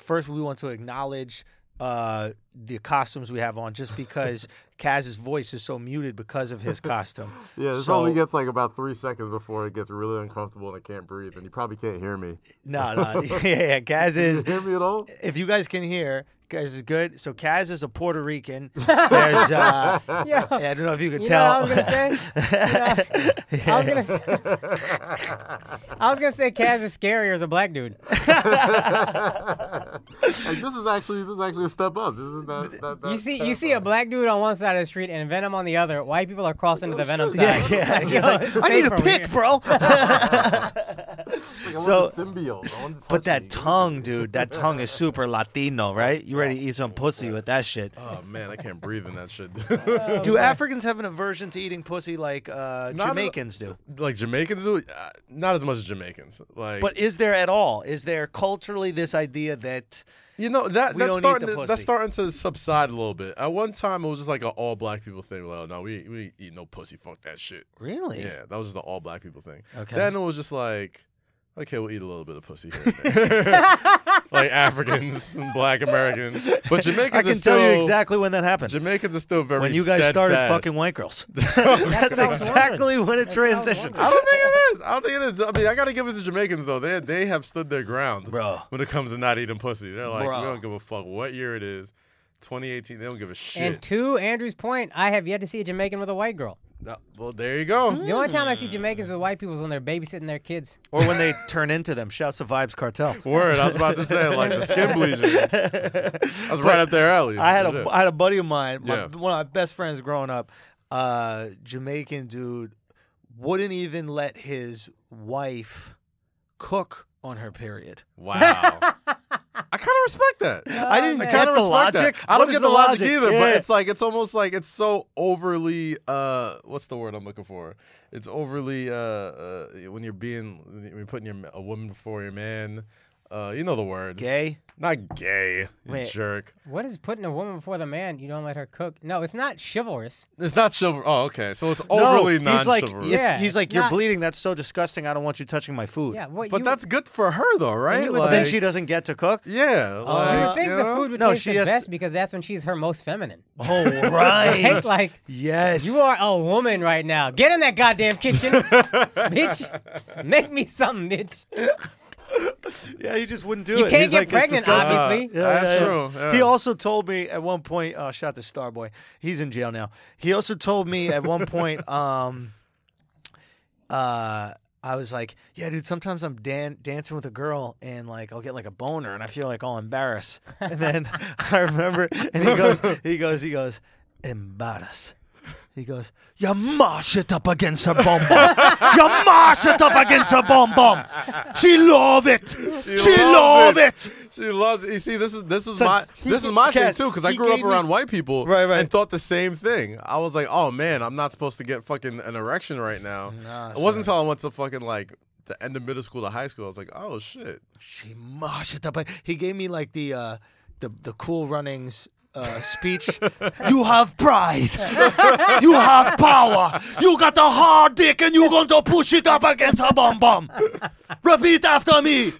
first we want to acknowledge uh, the costumes we have on, just because Kaz's voice is so muted because of his costume. Yeah, this So- only gets like about three seconds before it gets really uncomfortable and I can't breathe, and you probably can't hear me. No, no, yeah, yeah, Kaz Can you is. hear me at all? If you guys can hear, Kaz is good. So Kaz is a Puerto Rican. There's, uh, Yeah. yeah, I don't know if you could You know tell. what I was gonna say? I was gonna say, I was gonna say Kaz is scarier as a black dude. like, this is actually this is actually a step up. This is that, that, that You see, you see a black dude on one side of the street and Venom on the other. White people are crossing to the Venom Yeah, side. yeah, Yo, you're like, it's I need safer a over pick, here." bro. like, I want so- the symbiote. I want it to But touch me. that tongue, dude, that tongue is super Latino, right? You ready to eat some pussy with that shit? Oh man, I can't breathe in that shit. Do Africans have an aversion to eating pussy like uh, Oh, Not a- Jamaicans do? like Jamaicans do, uh, not as much as Jamaicans. Like, But is there at all? Is there culturally this idea that you know that we that's don't eat starting the to, pussy. that's starting to subside a little bit. At one time, it was just like an all black people thing. Like, oh, no, we we eat no pussy. Fuck that shit. really? Yeah, that was just the all black people thing. Okay. Then it was just like, okay, we'll eat a little bit of pussy here. and there. like Africans and black Americans. But Jamaicans I are can still, tell you exactly when that happened. Jamaicans are still very when you guys started steadfast. fucking white girls. That's That's what I was exactly when it That's what I was transitioned. wondering. I don't think it is. I don't think it is. I mean, I gotta give it to Jamaicans though. They they have stood their ground Bro. when it comes to not eating pussy. They're like, Bro. we don't give a fuck what year it is. 2018, they don't give a shit. And to Andrew's point, I have yet to see a Jamaican with a white girl. Uh, well, there you go. Mm. The only time I see Jamaicans with white people is when they're babysitting their kids. Or when they turn into them. Shouts to Vibes Cartel. Word, I was about to say like the skin bleaching. That's right up their alley. I had Legit. a I had a buddy of mine, my, Yeah. one of my best friends growing up, uh, Jamaican dude, wouldn't even let his wife cook on her period. Wow. I kind of respect that. I didn't I man. get kind of the respect logic. that. I What don't is get the logic, either, Yeah. but it's like it's almost like it's so overly uh what's the word I'm looking for? It's overly uh, uh when you're being when you're putting your a woman before your man. Uh you know the word. gay. Not gay, you Wait. jerk. What is putting a woman before the man? You don't let her cook. No, it's not chivalrous. It's not chivalry. Oh, okay. So it's overly no, non he's like, chivalrous. if- Yeah, he's like, it's you're not- bleeding. That's so disgusting. I don't want you touching my food. Yeah, what But you, that's good for her though, right? you But then Like- she doesn't get to cook. Yeah, Oh, you like, would think you the know? food would No, taste she the has- best because that's when she's her most feminine. Oh right. Right? Like yes. You are a woman right now. Get in that goddamn kitchen, bitch. Make me something, bitch. Yeah, he just wouldn't do You it. can't He's get like, it's pregnant, disgusting. obviously. Uh, that's true. yeah. He also told me at one point, uh, shout out to Starboy. He's in jail now. He also told me at one point, um, uh, I was like, yeah, dude, sometimes I'm dan- dancing with a girl and like I'll get like a boner and I feel like all embarrassed. And then I remember, and he goes, he goes, he goes, embarrass. He goes, you mash it up against her bum bum. you mash it up against her bum bum. She love it. She, love loves it. She loves it. You see, this is this is So my he this ga- is my thing Cass, too, because I he grew up gave me- around white people Right, right. and thought the same thing. I was like, oh man, I'm not supposed to get fucking an erection right now. Nah, it wasn't until I went to fucking like the end of middle school to high school. I was like, oh shit. she moshed it up. He gave me like the uh, the the cool runnings. Uh, speech. you have pride. you have power. You got a hard dick, and you're going to push it up against a bum bum. Repeat after me. you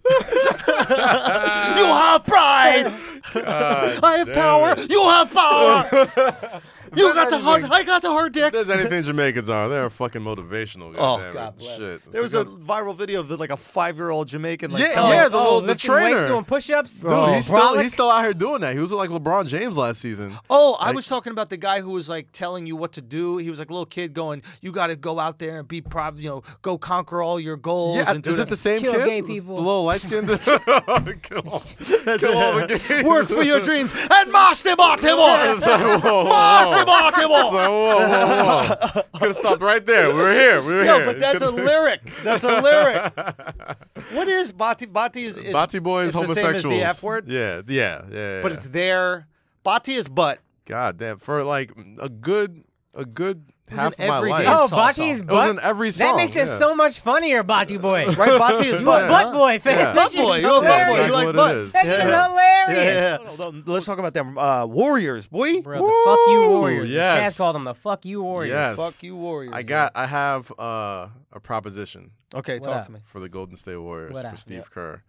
have pride. God I have damn power. it. You have power. you got the hard. anything- I got the hard dick. If there's anything Jamaicans are, they're fucking motivational. Oh, goddammit. God bless. Shit. There was a viral video of the, like a five-year-old Jamaican. Like, Yeah, telling- yeah, the little- the lifting weights, trainer. doing push-ups. Oh, Dude, he's still, Frolic. he's still out here doing that. He was like LeBron James last season. Oh, I Like- was talking about the guy who was like telling you what to do. He was like a little kid going, "You got to go out there and be proud. You know, go conquer all your goals." Yeah, and do is it the same Kill kid? gay people. Little light skinned. Kill all kill all the gays. Work for your dreams and march them on, them on. It's like, whoa, whoa, March them whoa. on, them It's on. like, whoa, whoa, whoa. Could have stopped right there. We were here. We were No, here. but that's a lyric. That's a lyric. What is Bati? Bati is, is Bati boy it's is the same as homosexuals. the F word, Yeah, yeah, yeah. yeah. but it's their Bati is butt. God damn. For like a good, a good was half in of my every life. dance Oh, It's all Baki's song. It was butt. in every that song. makes yeah. it so much funnier, Bati boy. Right, Bati is You a butt. butt huh? boy, fan. Yeah. That Butt shit boy. is You're a butt boy. hilarious. You like Exactly what butt. it is. That is Yeah. hilarious. Let's talk about them uh, Warriors, boy. Bro, the fuck you Woo, warriors. yes. Cass called them the fuck you warriors. Yes. Fuck you, Warriors. I got. I have uh, a proposition Okay, What talk up? to me. for the Golden State Warriors What for up? Steve Kerr.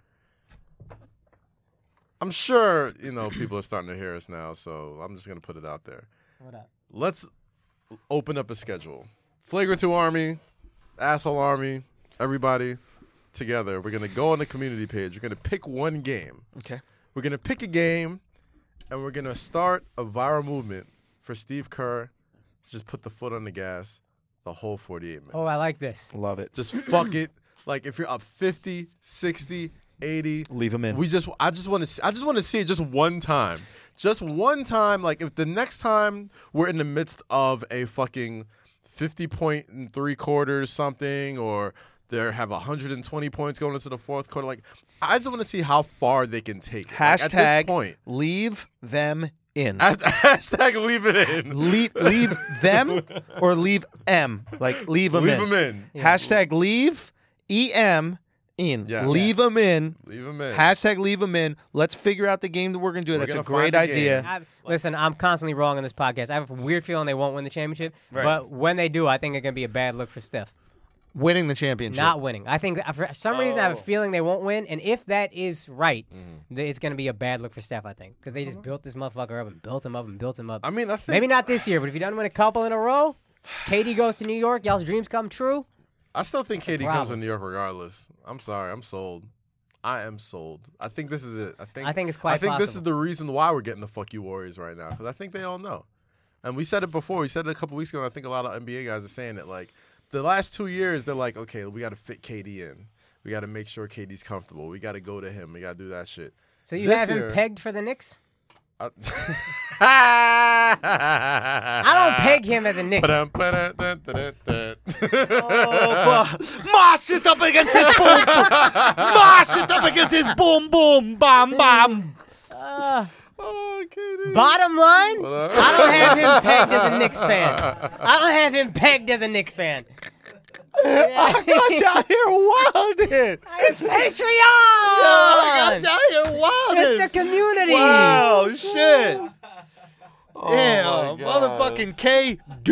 I'm sure you know people are starting to hear us now, so I'm just gonna put it out there. What up? Let's open up a schedule. Flagrant Two Army, Asshole Army, everybody together. We're gonna go on the community page. We're gonna pick one game. Okay. We're gonna pick a game, and we're gonna start a viral movement for Steve Kerr. to Just put the foot on the gas, the whole 48 minutes. Oh, I like this. Love it. Just fuck it. Like if you're up 50, 60, 80, Leave him in. we just I just want to I just want to see it just one time. Just one time like if the next time we're in the midst of a fucking 50 point and 3 quarters something or they have 120 points going into the fourth quarter like I just want to see how far they can take it. Like, Hashtag at this point. leave them in. At- Hashtag leave it in. leave leave them or leave M. Like leave them Leave in. them in. Hashtag leave E M in. Yes. Leave them in. Leave them in. Hashtag leave them in. Let's figure out the game that we're gonna do. That's a gonna great find a idea. game. I, listen, I'm constantly wrong on this podcast. I have a weird feeling they won't win the championship, Right. but when they do, I think it's gonna be a bad look for Steph. Winning the championship. Not winning. I think for some reason I Oh. have a feeling they won't win, and if that is right, Mm-hmm. th- it's gonna be a bad look for Steph. I think because they just built this motherfucker up and built him up and built him up. I mean, I think Maybe not this year, but if he doesn't win a couple in a row, KD goes to New York. Y'all's dreams come true. I still think Katie comes to problem. New York regardless. I'm sorry, I'm sold. I am sold. I think this is it. I think I think it's quite I think this is possible. the reason why we're getting the fuck you Warriors right now because I think they all know. And we said it before. We said it a couple weeks ago. And I think a lot of NBA guys are saying it. Like the last two years, they're like, okay, we got to fit KD in. We got to make sure KD's comfortable. We got to go to him. We got to do that shit. So you This have him year- pegged for the Knicks? I, I don't Ah. peg him as a Knicks. Oh, Uh-huh. fuck. Mash it up against his boom. boom. Mash it up against his boom, boom, bam, bam. Uh, oh, KD. bottom line, What up? I don't have him pegged as a Knicks fan. I don't have him pegged as a Knicks fan. I got you out here wilding. It's Patreon. I got you out here it's wilding. the community. Wow, shit. Damn, Oh my God. motherfucking KD.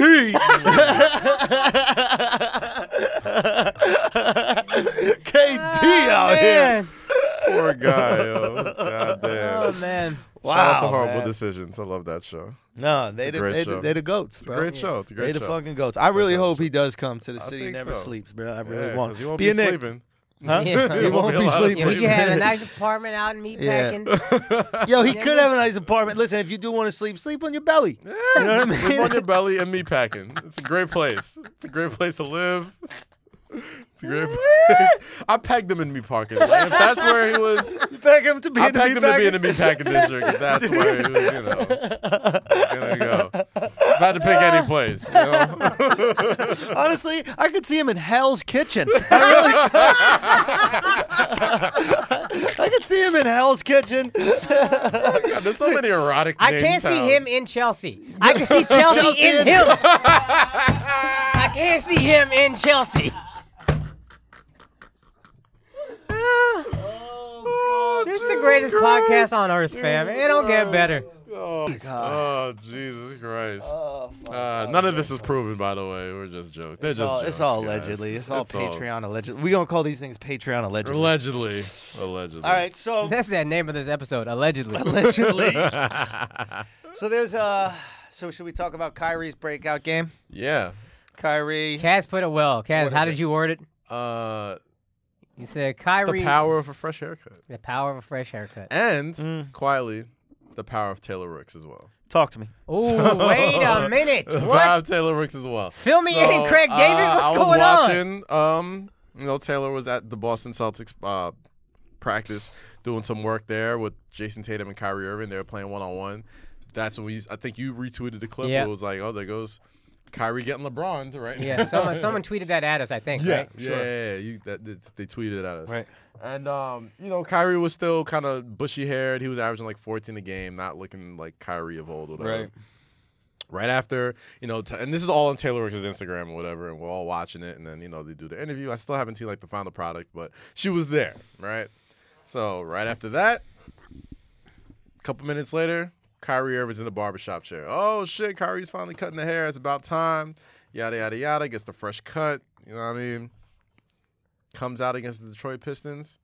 KD Ah, Oh, out here. man. Poor guy, yo. God damn. Oh man. Shout out to Wow, Horrible man. Decisions. I love that show. No, they It's a the, great they, show. the, they the goats, bro. Great show. It's a They great the show. fucking goats. I really Great hope he does come to the I city. and think Never so. sleeps, bro. I Yeah, really 'cause want. You won't be, be, a Nick. sleeping. Huh? Yeah. He won't be Yeah, he sleeping. can have a nice apartment out in Meatpacking. Yo, he could have a nice apartment. Listen, if you do want to sleep, sleep on your belly. You know what I Sleep on mean? your belly and me packing. It's a great place. It's a great place to live. It's a great place. I pegged him in me parking. Like, if that's where he was, Beg him to be I in the pegged him to be in the meatpacking. me packing district. If that's where he was, you know, gonna go. If I had to pick any place, you know? Honestly, I could see him in Hell's Kitchen. I really. I could see him in Hell's Kitchen. God, there's so many erotic. I names can't out. see him in Chelsea. I can see Chelsea, Chelsea in and- him. I can't see him in Chelsea. Oh, This is the greatest podcast on earth, fam. It don't get better. Oh, oh, Jesus Christ. Oh, Uh, none of this is proven, by the way. We're just jokes. They're It's just all, jokes, it's all guys. allegedly. It's all Patreon allegedly. We gonna call these things Patreon allegedly. Allegedly. Allegedly. all right, so That's the name of this episode, allegedly. allegedly. so there's uh so should we talk about Kyrie's breakout game? Yeah. Kyrie. Kaz put it well. Kaz, What how is did it? you word it? Uh, You said it's Kyrie, the power of a fresh haircut. the power of a fresh haircut. And, Mm. quietly, the power of Taylor Rooks as well. Talk to me. Oh, wait a minute. The power What? of Taylor Rooks as well. Fill me So, in, Craig David. uh, What's I was going on? watching, Um, you know, Taylor was at the Boston Celtics uh, practice doing some work there with Jason Tatum and Kyrie Irving. They were playing one on one. That's when we. I think you retweeted the clip. Yeah. It was like, oh, there goes Kyrie getting LeBron right now. Yeah, someone, someone tweeted that at us, I think, Yeah, right? yeah, yeah, yeah. You, that, they, they tweeted it at us. Right. And um, you know, Kyrie was still kind of bushy haired. He was averaging like 14 a game, not looking like Kyrie of old. Whatever. Right. Right after, you know, t- and this is all on Taylor Rooks' Instagram or whatever, and we're all watching it. And then you know they do the interview. I still haven't seen like the final product, but she was there, right? So right after that, a couple minutes later, Kyrie Irving's in the barbershop chair. Oh shit, Kyrie's finally cutting the hair. It's about time. Yada yada yada. Gets the fresh cut. You know what I mean? Comes out against the Detroit Pistons.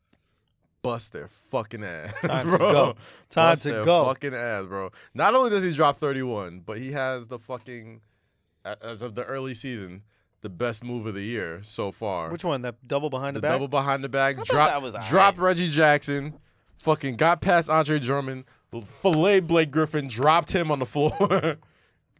bust their fucking ass, Time to bro. go. Time Bust to their go. Fucking ass, bro. Not only does he drop 31, but he has the fucking a- as of the early season, the best move of the year so far. Which one? That double behind the, the back? double behind the back, thought drop that was all drop right. Reggie Jackson, fucking got past Andre Drummond, fillet Blake Griffin, dropped him on the floor.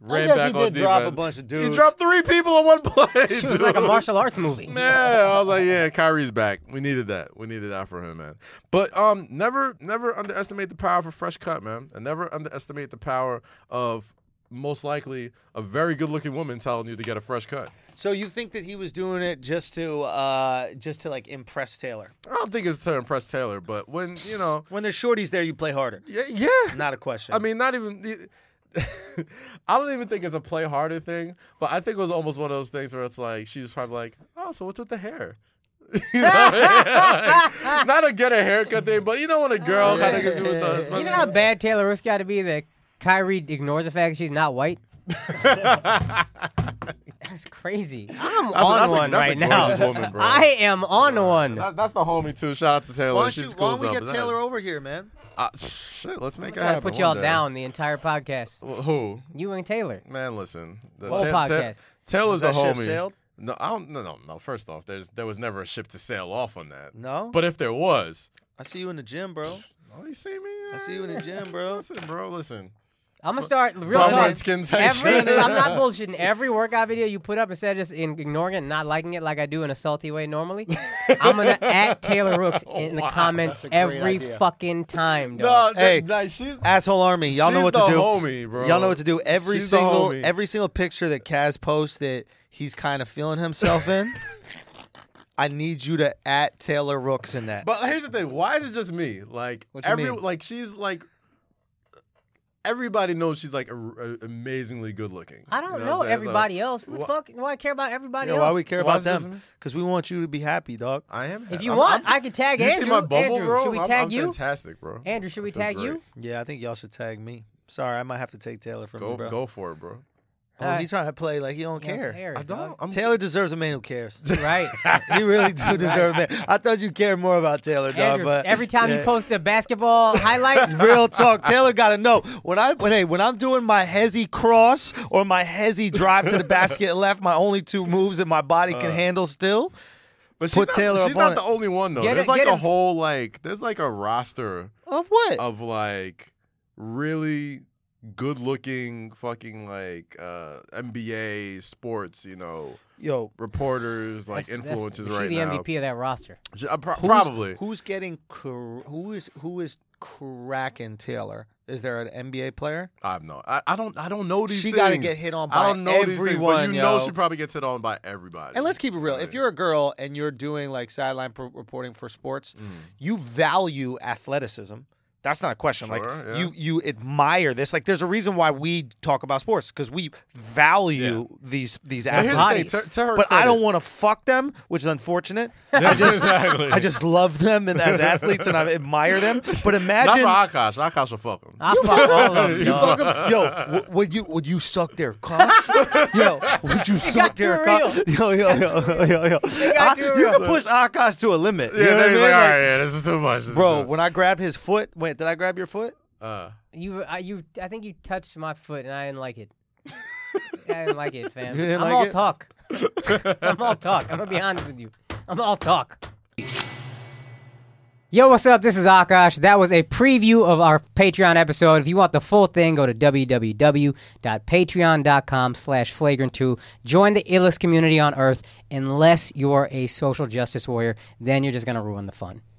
Ran I guess back Oh, he on did drop a defense. bunch of dudes. He dropped three people in one play. It was like a dude. martial arts movie. Man, I was like, yeah, Kyrie's back. We needed that. We needed that for him, man. But um, never, never underestimate the power of a fresh cut, man, and never underestimate the power of most likely a very good-looking woman telling you to get a fresh cut. So you think that he was doing it just to uh just to like impress Taylor? I don't think it's to impress Taylor, but when you know, When there's shorties there, you play harder. yeah, yeah, Not a question. I mean, not even. I don't even think it's a play harder thing, but I think it was almost one of those things where it's like she was probably like, "Oh, so what's with the hair?" You know what I mean? Like, not a get a haircut thing, but you know when a girl kind of gets you with the husband. You know how bad Taylor Rusk got to be that Kyrie ignores the fact that she's not white? That's crazy. I'm That's a- on that's a- one that's a right now. gorgeous woman, bro. I am on one. That- that's the homie too. Shout out to Taylor. why don't, She's you, cool why don't as we hell, get but that- Taylor over here, man? Ah, shit, let's make it I gotta happen. put one y'all day. down the entire podcast. Wh- Who? You and Taylor. Man, listen. The Whole Ta- Ta- podcast. Taylor's the That ship homie. sailed? No, I don't. No, no, no. First off, there's there was never a ship to sail off on that. No, But if there was, I see you in the gym, bro. Oh, you see me? I see you in the gym, bro. Listen, bro, listen. I'm gonna start real Tom talk. Redskins Every, action. I'm not bullshitting. Every workout video you put up, instead of just in- ignoring it and not liking it like I do in a salty way normally, I'm gonna at Taylor Rooks in the Oh, Wow, comments great every idea. fucking time, No, dog. th- Hey. like, she's Asshole Army, y'all know She's what the to do. homie, bro. Y'all know what to do. Every She's the single homie. every single picture that Kaz posts that he's kind of feeling himself in. I need you to at Taylor Rooks in that. But here's the thing: why is it just me? Like What you every mean? like she's like everybody knows she's like a, a- amazingly good looking. I don't You know what I'm saying? everybody else. Who the wha- fuck? Why I care about everybody yeah, else? why we care So why about is this them? me? Because we want you to be happy, dog. I am. If you I'm- want, I'm- i can tag you Andrew. see my bubble, Andrew, bro? should we I'm- tag I'm you? Fantastic, bro. Andrew, should we I feel tag great. you? Yeah, I think y'all should tag me. Sorry, I might have to take Taylor from Go you, bro. go for it, bro. Oh, he's trying to play like he don't care. I don't. I'm Taylor deserves a man who cares. Right. you really do deserve a man. I thought you cared more about Taylor, dog. Andrew, But every time Yeah. you post a basketball highlight, Real talk. Taylor got to know when I when hey when I'm doing my hezzy cross or my hezzy drive to the basket left, my only two moves that my body Uh. can handle still. But she's Put not, Taylor She's up on not the it. only one though. Get There's it- like get a him- whole like there's like a roster Of what? of like really good looking fucking like uh NBA sports, you know, Yo, reporters, like That's- that's- influences she's right the now. MVP of that roster. She- uh, pro- who's- probably. Who's getting cr- who is who is cracking Taylor? Is there an NBA player? I have no. I, I don't. I don't know these. She things. gotta get hit on by I don't know these things, but everyone, you yo. know she probably gets hit on by everybody. And let's keep it real. If you're a girl and you're doing like sideline pro- reporting for sports, Mm. you value athleticism. That's not a question. Sure, like yeah. you, you admire this. Like there's a reason why we talk about sports because we value these these But here's the thing, athletes. to- to her but I credit- don't want to fuck them, which is unfortunate. I just, exactly. I just love them and as athletes, and I admire them. But Not imagine, for Akash. Akash will fuck him. I fuck all of them, You dog. fuck yo, w- would you would you suck their cocks? yo, would you suck got their too cocks? Yo, yo, yo, yo, yo. got I- too you real. can push Akash to a limit. yeah, you know what I they'd be mean? like, all Like, right, yeah, this is too much. this is Bro, too-" when I grabbed his foot, wait, did I grab your foot? uh, You, I, you, I think you touched my foot, and I didn't like it. I didn't like it, fam. You didn't I'm like all it? talk. I'm all talk. I'm gonna be honest with you. I'm all talk. Yo, what's up? This is Akash. That was a preview of our Patreon episode. If you want the full thing, go to www.patreon.com slash flagrant2. Join the illest community on earth unless you're a social justice warrior. Then you're just going to ruin the fun.